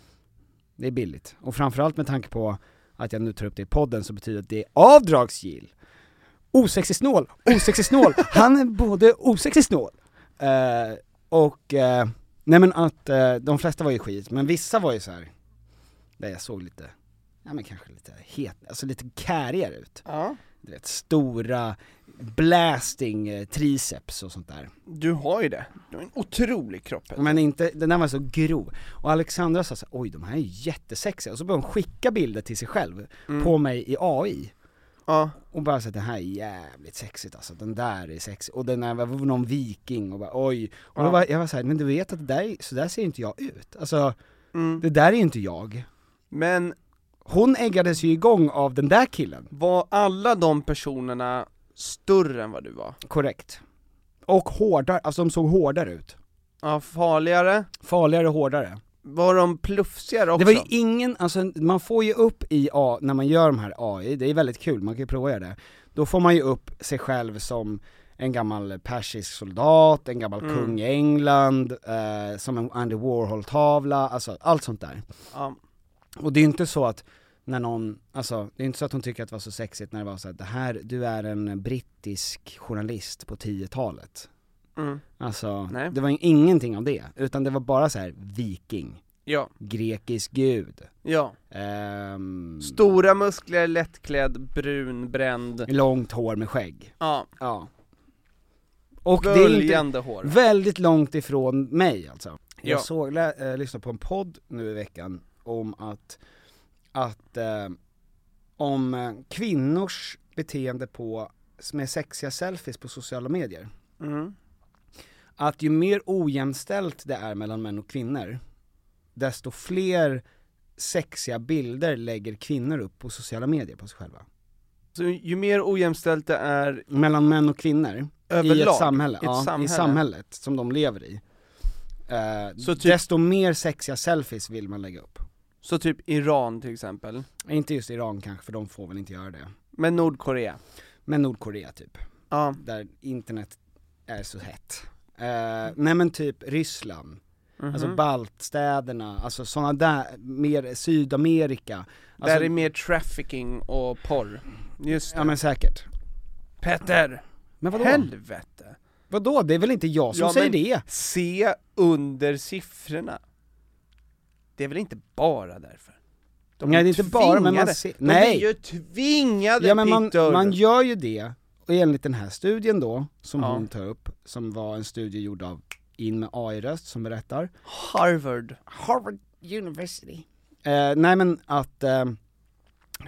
Det är billigt. Och framförallt med tanke på att jag nu tar upp det i podden så betyder det att det är avdragsgill. Osexig snål, osexig snål, han är både osexig snål. Eh, och, eh, nej men att eh, de flesta var ju skit, men vissa var ju så här. där jag såg lite, ja men kanske lite het, alltså lite kärigare ut.
Ja.
du vet, stora blasting eh, triceps och sånt där.
Du har ju det. Du har en otrolig kropp. Petter.
Men inte, den där var så grov. Och Alexandra sa så här, oj de här är jättesexiga, och så började hon skicka bilder till sig själv, på mig i AI.
Ja.
Och bara så att det här är jävligt sexigt alltså, den där är sexig, och den där var någon viking och bara oj. Och då var, jag var såhär, men du vet att det där, är- så där ser inte jag ut. Alltså, det där är inte jag.
Men
Hon äggades ju igång av den där killen.
var alla de personerna större än vad du var?
Korrekt. Och hårdare, alltså de såg hårdare ut.
Ja, farligare?
Farligare och hårdare.
Var de plufsigare också?
Det var ju ingen, alltså man får ju upp i A, när man gör de här AI, det är väldigt kul, man kan ju prova att göra det. Då får man ju upp sig själv som en gammal persisk soldat, en gammal
Mm.
kung i England, eh, som en Andy Warhol-tavla, alltså allt sånt där.
ja.
Och det är ju inte så att när någon, alltså det är inte så att hon tycker att det var så sexigt när det var så att det här, du är en brittisk journalist på 10-talet.
Mm.
Alltså,
Nej.
det var ju ingenting av det, utan det var bara så här viking,
ja,
grekisk gud.
ja.
Ehm,
Stora muskler, lättklädd, brun, bränd.
långt hår med skägg.
Ja,
Ja. Och det är inte
böljande hår.
väldigt långt ifrån mig alltså. Jag
Ja.
såg, lä, eh, lyssnade på en podd nu i veckan om att, att eh, om eh, kvinnors beteende på, med sexiga selfies på sociala medier.
Mm.
Att ju mer ojämställt det är mellan män och kvinnor, desto fler sexiga bilder lägger kvinnor upp på sociala medier på sig själva.
Så ju mer ojämställt det är
mellan män och kvinnor i
Överlag,
ett samhälle,
i ett
ja,
samhälle.
i samhället som de lever i. Eh,
Så typ-
Desto mer sexiga selfies vill man lägga upp.
Så typ Iran till exempel,
Inte just Iran kanske, för de får väl inte göra det.
men Nordkorea.
Men Nordkorea typ,
Ja,
där internet är så hett. Eh, nej men typ Ryssland,
Mhm.
alltså baltstäderna, alltså sådana där, mer Sydamerika. Alltså,
där är mer trafficking och porr. Just det.
Ja men säkert.
Petter!
Men vadå?
Helvete!
Vadå? Det är väl inte jag som
Ja,
säger
men-
det?
Se under siffrorna. Det är väl inte bara därför? De
Nej,
ju
det är inte bara, men man
tvingade.
ser-
De
nej.
är ju tvingade
Ja men man,
Peter.
man gör ju det, och enligt den här studien då, som
Ja.
hon tar upp, som var en studie gjord av In med AI-röst som berättar.
Harvard.
Harvard University. Eh, nej men att, eh,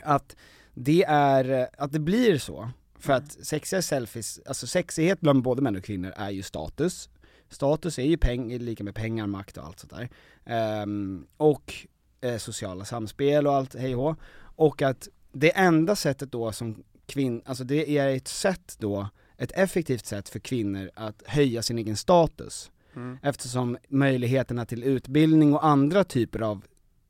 att det är, eh, att det blir så, för att sexiga selfies, alltså sexighet bland både män och kvinnor är ju status. Status är ju peng, är lika med pengar, makt och allt sånt där. Ehm, och eh, sociala samspel och allt, hej och hå. Och att det enda sättet då som kvinn, alltså det är ett sätt då, ett effektivt sätt för kvinnor att höja sin egen status. Eftersom möjligheterna till utbildning och andra typer av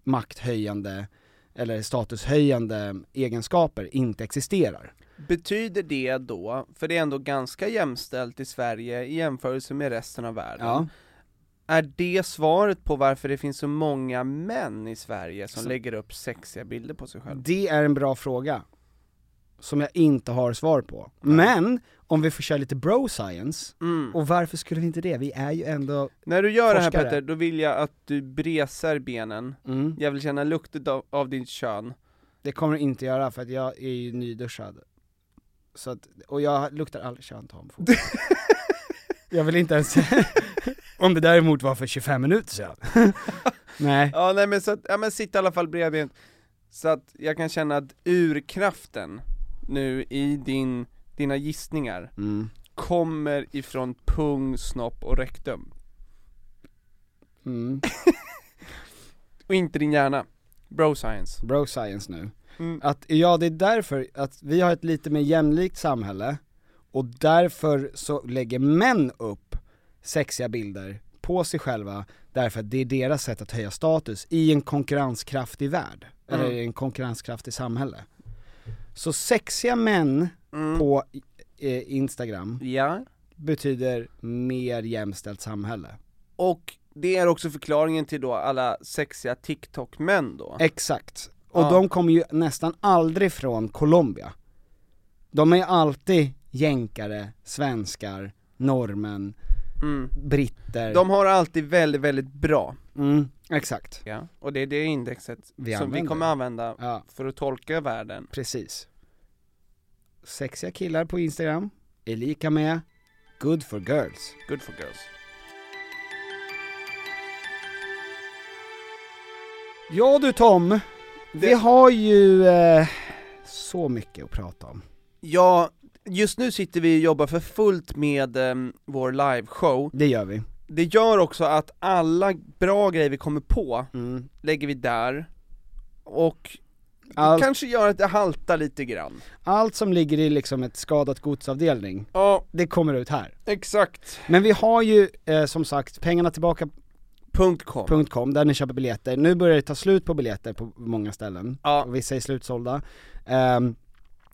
makthöjande eller statushöjande egenskaper inte existerar.
Betyder det då, för det är ändå ganska jämställt i Sverige i jämförelse med resten av världen.
Ja.
Är det svaret på varför det finns så många män i Sverige som lägger upp sexiga bilder på sig själva?
Det är en bra fråga. Som jag inte har svar på. Men, om vi får köra lite bro science, och varför skulle vi inte det? Vi är ju ändå,
När du gör det
Forskare.
här Petter, då vill jag att du bresar benen,
mm,
jag vill känna lukten av, av ditt kön.
det kommer jag inte göra för att jag är ju nyduschad. Så att, och jag luktar aldrig köntam på. jag vill inte ens, om det däremot var för 25 minuter sedan. Nej.
Ja nej men så att, ja men sitt i alla fall bredbent, så att jag kan känna att urkraften nu i din, dina gissningar
Mm.
kommer ifrån pung, snopp och rektum.
Mm.
Och inte din hjärna. Bro science.
Bro science nu.
Mm.
Att, ja det är därför att vi har ett lite mer jämlikt samhälle och därför så lägger män upp sexiga bilder på sig själva därför att det är deras sätt att höja status i en konkurrenskraftig värld, eller i en konkurrenskraftig samhälle. Så sexiga män på eh, Instagram
Ja.
betyder mer jämställt samhälle.
Och det är också förklaringen till då alla sexiga TikTok-män då.
Exakt. Och
Ja.
de kommer ju nästan aldrig från Colombia. De är ju alltid jänkare, svenskar, norrmän,
Mm.
britter.
De har alltid väldigt, väldigt bra.
Mm, exakt.
Ja. Och det är det indexet
Vi
som vi
använder.
kommer använda
Ja,
för att tolka världen.
precis. sexiga killar på Instagram är lika med good for girls.
Good for girls.
Ja du Tom, vi
Det-
har ju eh, så mycket att prata om.
Ja, just nu sitter vi och jobbar för fullt med um, vår liveshow.
Det gör vi.
Det gör också att alla bra grejer vi kommer på
Mm.
lägger vi där, och
Allt-
det kanske gör att det haltar lite grann.
Allt som ligger i liksom ett skadat godsavdelning,
Ja,
det kommer ut här.
exakt.
Men vi har ju eh, som sagt pengarna tillbaka
Punkt .com.
.com där ni köper biljetter. Nu börjar det ta slut på biljetter på många ställen.
Ja.
Vissa är slutsålda. Ehm,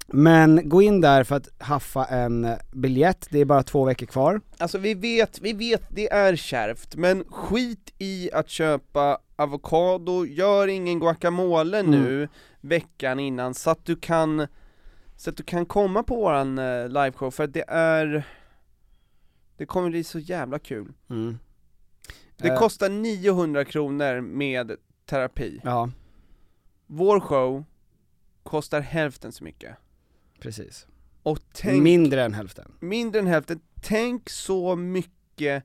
men gå in där för att haffa en biljett, det är bara två veckor kvar.
Alltså vi vet, vi vet det är kärvt, men skit i att köpa avokado, gör ingen guacamole nu veckan innan så att du kan så att du kan komma på våran eh, liveshow för att det är Det kommer bli så jävla kul. Mm. Det
Eh,
kostar 900 kronor med terapi.
Ja,
Vår show kostar hälften så mycket.
precis.
Och tänk
Mindre än hälften.
mindre än hälften, tänk så mycket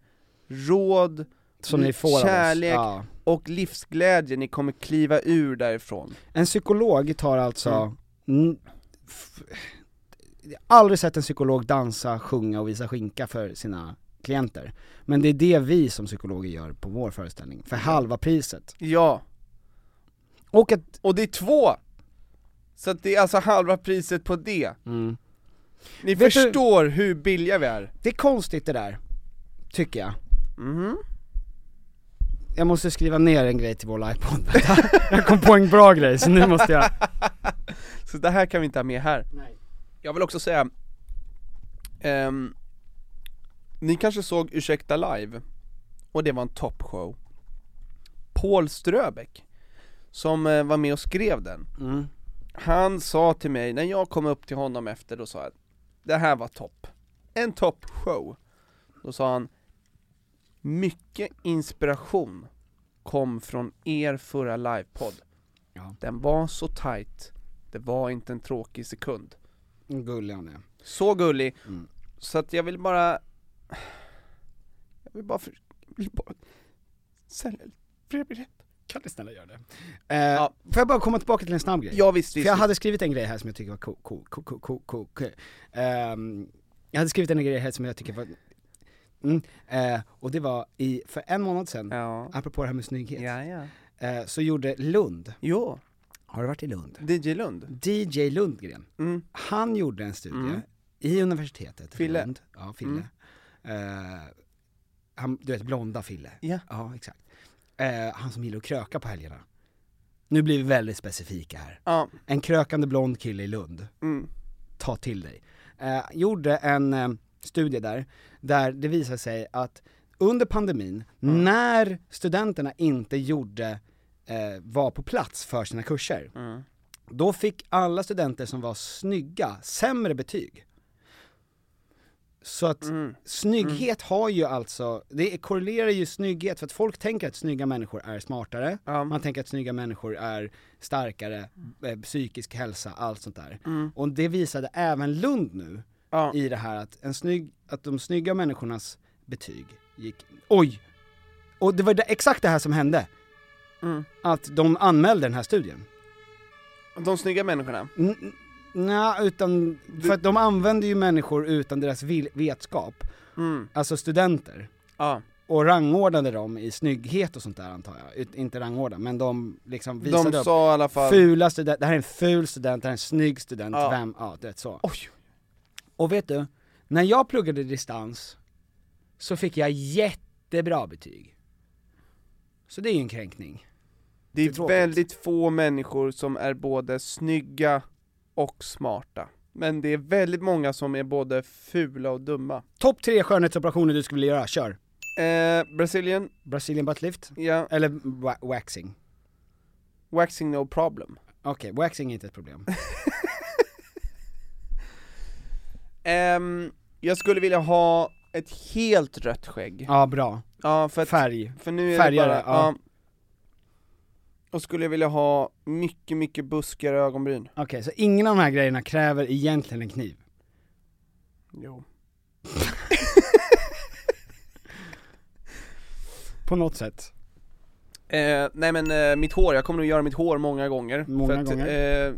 råd
Som ni får
Kärlek.
av oss. Ja.
och livsglädje ni kommer kliva ur därifrån.
En psykolog tar alltså, n- f- jag har aldrig sett en psykolog dansa, sjunga och visa skinka för sina klienter. Men det är det vi som psykologer gör på vår föreställning, för halva priset.
Ja,
Och ett,
och det är två! Så att det är alltså halva priset på det. Ni
Mm. Vet du-
förstår hur billiga vi är.
det är konstigt det där, tycker jag. Mm-hmm. Jag måste skriva ner en grej till vår livepod. jag kom på en bra grej, så nu måste jag...
Så det här kan vi inte ha med här.
Nej.
Jag vill också säga, ehm, ni kanske såg Ursäkta live, och det var en toppshow. Paul Ströbeck, som eh, var med och skrev den,
Mm.
han sa till mig, när jag kom upp till honom efter, då sa jag Det här var topp, en toppshow. Då sa han Mycket inspiration kom från er förra livepodd.
Ja.
Den var så tight, det var inte en tråkig sekund.
Gullig han är.
Så gullig, så att jag vill bara Jag vill bara, för... jag vill bara... sälja fler biljetter.
Kan du snälla göra det? Eh, Får jag bara komma tillbaka till en snabb grej?
Ja visst, visst.
För jag hade skrivit en grej här som jag tycker var cool, cool, cool, cool, cool, cool, cool. Ehm, Jag hade skrivit en grej här som jag tycker var, mm, eh, och det var i, för en månad sedan,
Ja,
apropå det här med snygghet,
ja, ja.
eh, så gjorde Lund,
Jo,
har du varit i Lund?
DJ Lund.
DJ Lundgren,
Mm.
han gjorde en studie
Mm.
i universitetet i
Fille. Mm.
Lund, ja Fille, Eh, han, du vet blonda Fille,
Ja.
ja exakt, Eh, han som gillar att kröka på helgerna. Nu blir vi väldigt specifika här.
Ja,
En krökande blond kille i Lund,
mm.
ta till dig. Eh, gjorde en eh, studie där, där det visade sig att under pandemin, när studenterna inte gjorde, eh, var på plats för sina kurser, då fick alla studenter som var snygga sämre betyg. Så att snygghet har ju alltså, det korrelerar ju snygghet för att folk tänker att snygga människor är smartare, man tänker att snygga människor är starkare, eh, psykisk hälsa, allt sånt där. Och det visade även Lund nu
Ja.
i det här att, en snygg, att de snygga människornas betyg gick, oj! Och det var det, exakt det här som hände. Att de anmälde den här studien.
De snygga människorna.
N- Nej, utan, för att de använder ju människor utan deras vil- vetskap,
Mm.
alltså studenter,
Ja.
och rangordnade dem i snygghet och sånt där antar jag, Ut, inte rangordna, men de liksom visade
De
upp
sa i alla fall...
fula student, det här är en ful student, det här är en snygg student,
Ja.
vem, ja du vet så.
Oj.
Och vet du, när jag pluggade distans så fick jag jättebra betyg. Så det är ju en kränkning.
Det är
Det är tråkigt.
väldigt få människor som är både snygga och smarta. Men det är väldigt många som är både fula och dumma.
Topp tre skönhetsoperationer du skulle vilja göra, kör!
Eh, Brasilien,
Brazilian butt lift,
ja.
eller wa- waxing.
Waxing no problem.
Okej, waxing är inte ett problem.
Ehm, jag skulle vilja ha ett helt rött skägg.
Ja, bra.
Ja, för att,
Färg.
för nu är
Färgare,
det bara...
ja.
Ja. Och skulle jag vilja ha mycket, mycket buskigare ögonbryn.
Okej, så ingen av de här grejerna kräver egentligen en kniv?
Jo.
På något sätt.
Eh, nej men eh, mitt hår, jag kommer nog göra mitt hår många gånger.
Många gånger.
Eh,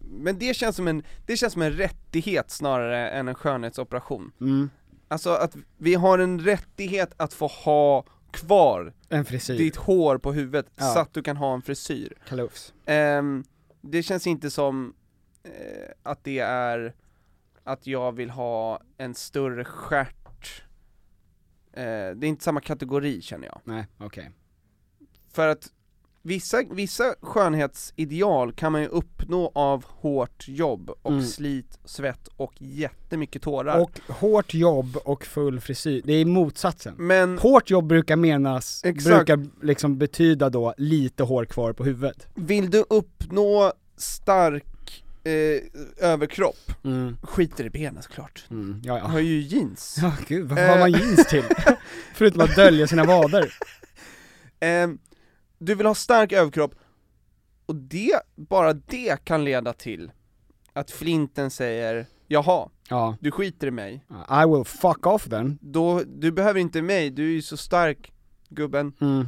men det känns, som en, det känns som en rättighet snarare än en skönhetsoperation.
Mm.
Alltså att vi har en rättighet att få ha kvar
En frisyr.
ditt hår på huvudet
Ja.
så att du kan ha en frisyr.
kalufs.
Ehm, det känns inte som eh, att det är att jag vill ha en större stjärt. Eh, det är inte samma kategori känner jag.
Nej, okej.
För att vissa, vissa skönhetsideal kan man ju uppnå av hårt jobb och
Mm.
slit, svett och jättemycket tårar.
Och hårt jobb och full frisyr, det är motsatsen.
Men
Hårt jobb brukar menas,
Exakt.
brukar liksom betyda då lite hår kvar på huvudet.
vill du uppnå stark eh, överkropp,
Mm.
skiter i benen såklart.
Mm. Ja,
Jag
ja.
har ju jeans.
Ja, gud, vad
Eh.
har man jeans till? Förutom att dölja sina vader.
Ehm, du vill ha stark överkropp, och det, bara det kan leda till att flinten säger Jaha,
Ja.
du skiter i mig,
I will fuck off then.
då, du behöver inte mig, du är ju så stark gubben,
Mm.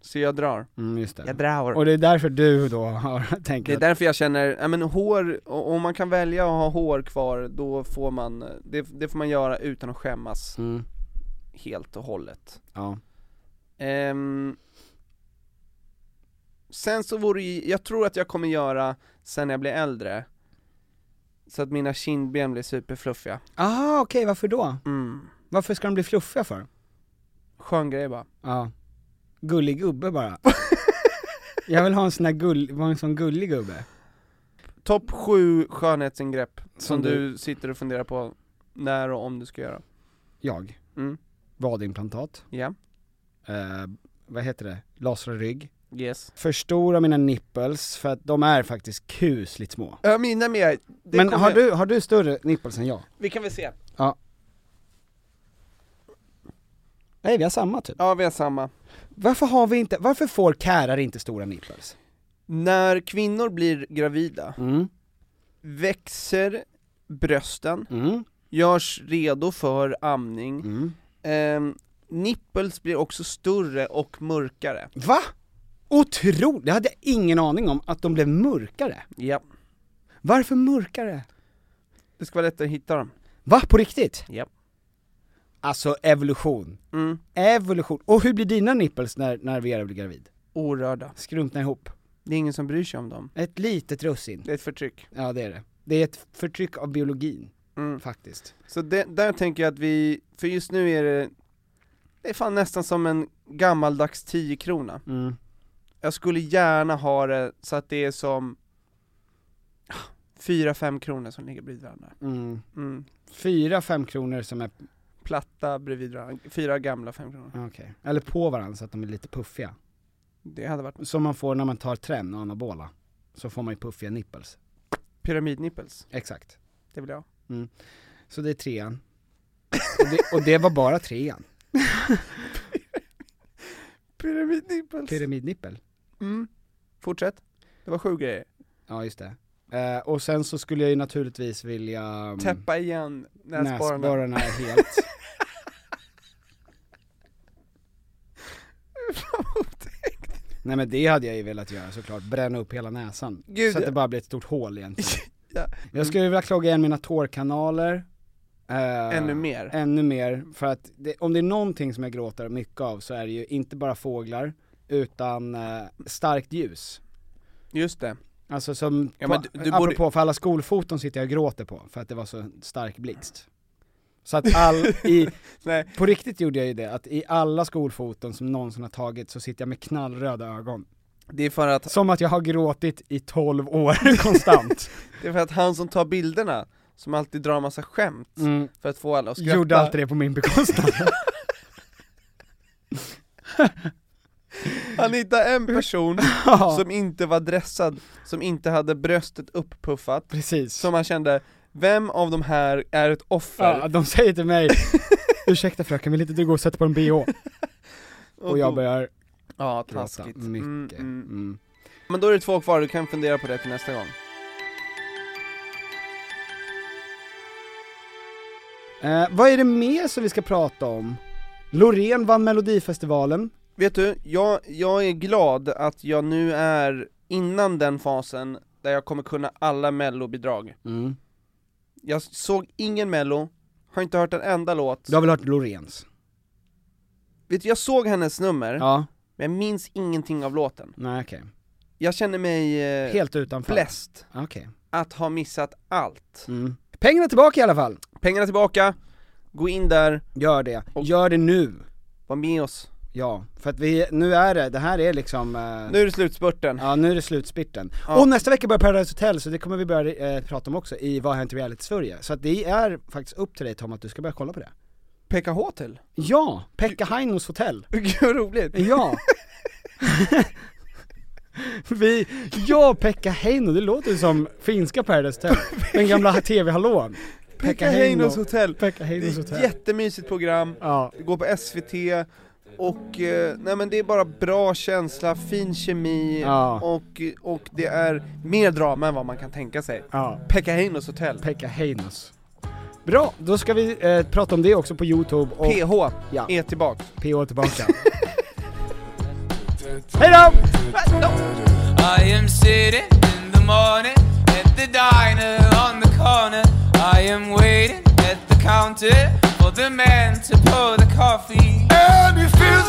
så jag drar
Mm, just det.
drar
Och det är därför du då har,
Det
tänker
är
att,
därför jag känner, ja men hår, o- om man kan välja att ha hår kvar, då får man, det, det får man göra utan att skämmas
mm.
helt och hållet
ja.
Ehm, Sen så vore ju- jag tror att jag kommer göra, sen när jag blir äldre Så att mina kindben blir superfluffiga
Ah, okej, varför då?
mm.
Varför ska de bli fluffiga för?
Skön grej bara
Ja. Gullig gubbe bara. Jag vill ha en sån där gull, vara en sån gullig gubbe.
Topp sju skönhetsingrepp som,
Som
du sitter och funderar på när och om du ska göra
Jag.
Mm,
Vadimplantat.
ja,
Eh, vad heter det? Lasra rygg.
yes
Förstora mina nipples för att de är faktiskt kusligt små.
Ja mina med, det
Men
kommer
har
jag-
du, har du större nipples än jag?
Vi kan väl se
Nej vi har samma typ.
Ja vi har samma
Varför har vi inte, varför får kärar inte stora nipples?
När kvinnor blir gravida,
Mm.
växer brösten,
Mm.
görs redo för amning,
Mm.
ehm, nipples blir också större och mörkare.
Va? Otroligt! Det hade jag ingen aning om, att de blev mörkare.
Ja.
Varför mörkare?
Det ska vara lättare att hitta dem.
Va? På riktigt?
Ja.
Alltså evolution.
Mm.
Evolution. Och hur blir dina nipples när, när Vera blir gravid?
Orörda.
Skrumpna ihop.
Det är ingen som bryr sig om dem.
Ett litet russin.
Det är ett förtryck.
Ja det är det. Det är ett förtryck av biologin,
Mm.
faktiskt.
Så det, där tänker jag att vi, för just nu är det, det är fan nästan som en gammaldags 10 krona.
Mm.
Jag skulle gärna ha det så att det är som ah, fyra fem kronor som ligger bredvid varandra.
Mm.
Mm.
Fyra fem kronor som är,
platta bredvid varandra, fyra gamla fem kronor.
okej, eller på varandra så att de är lite puffiga.
Det hade varit
Som man får när man tar trän och anabola. Så får man ju puffiga nipples.
pyramidnippels,
Exakt.
det vill jag ha.
Så det är trean. Och det, och det var bara trean.
Pyramidnippels!
Pyramidnippel.
mm. Fortsätt. Det var sju grejer.
Ja just det. Eh, och sen så skulle jag ju naturligtvis vilja mm,
Täppa igen näsborrarna.
näsborrarna helt. Nej men det hade jag ju velat göra såklart, bränna upp hela näsan.
Gud,
så att det bara blir ett stort hål egentligen.
Ja.
Jag skulle vilja klogga igen mina tårkanaler. Eh,
Ännu mer.
Ännu mer, för att det, om det är någonting som jag gråter mycket av så är det ju inte bara fåglar, utan eh, starkt ljus.
Just det.
Alltså som,
Ja, men du- du
på,
borde-
apropå, för alla skolfoton sitter jag och gråter på, för att det var så stark blixt. Så att all, i,
Nej.
på riktigt gjorde jag ju det, att i alla skolfoton som någonsin har tagits så sitter jag med knallröda ögon.
Det är för att,
Som att jag har gråtit i 12 år konstant.
det är för att han som tar bilderna, som alltid drar massa skämt
Mm.
för att få alla att skratta.
Gjorde alltid det på min bekostnad.
Han hittade en person
Ja,
som inte var dressad, som inte hade bröstet upppuffat,
precis.
som han kände, vem av de här är ett offer?
Ja, de säger till mig, ursäkta fröken, vill inte du gå och sätta på en bh? Och jag
då-
börjar
Ja,
gråta
taskigt.
mycket.
Mm, mm.
Mm.
Men då är det två kvar, du kan fundera på det till nästa gång.
Eh, vad är det mer som vi ska prata om? Loreen vann melodifestivalen,
Vet du, jag, jag är glad att jag nu är innan den fasen där jag kommer kunna alla mellobidrag.
Mm.
Jag såg ingen mello, har inte hört en enda låt.
Du har väl hört Loreens?
Vet du, jag såg hennes nummer,
Ja.
men jag minns ingenting av låten.
Nej okej.
Jag känner mig eh,
helt utanför.
blessed
Okej.
att ha missat allt.
Mm. Pengarna tillbaka i alla fall!
Pengarna tillbaka, gå in där,
Gör det.
Och-
Gör det nu.
var med oss.
Ja, för att vi, nu är det, det här är liksom... eh,
Nu är det slutspurten.
Ja, nu är det slutspurten.
Ja.
Och nästa vecka börjar Paradise Hotel, så det kommer vi börja eh, prata om också i Vad har hänt i reality Sverige? Så att det är faktiskt upp till dig Tom att du ska börja kolla på det.
PKH till.
Ja! Pekka Heinos hotell.
Gud vad roligt.
Ja! vi, ja Pekka Heino, det låter ju som finska Paradise Hotel. Den gamla TV-hallån.
Pekka Heinos
Heino-
hotell. Det
Pekka Heinos
är ett
hotell.
jättemysigt program.
Ja,
går på SVT och eh, nej men det är bara bra känsla, fin kemi
Ja.
och, och det är mer drama än vad man kan tänka sig.
ja.
Pekka Heinos hotell.
Pekka Heinos. Bra, då ska vi eh, prata om det också på Youtube och
PH
Ja.
är tillbaks.
PH tillbaka. Hej då!
I am sitting in the morning at the diner on the corner. I am waiting at the counter for the man to pour the coffee.
And he feels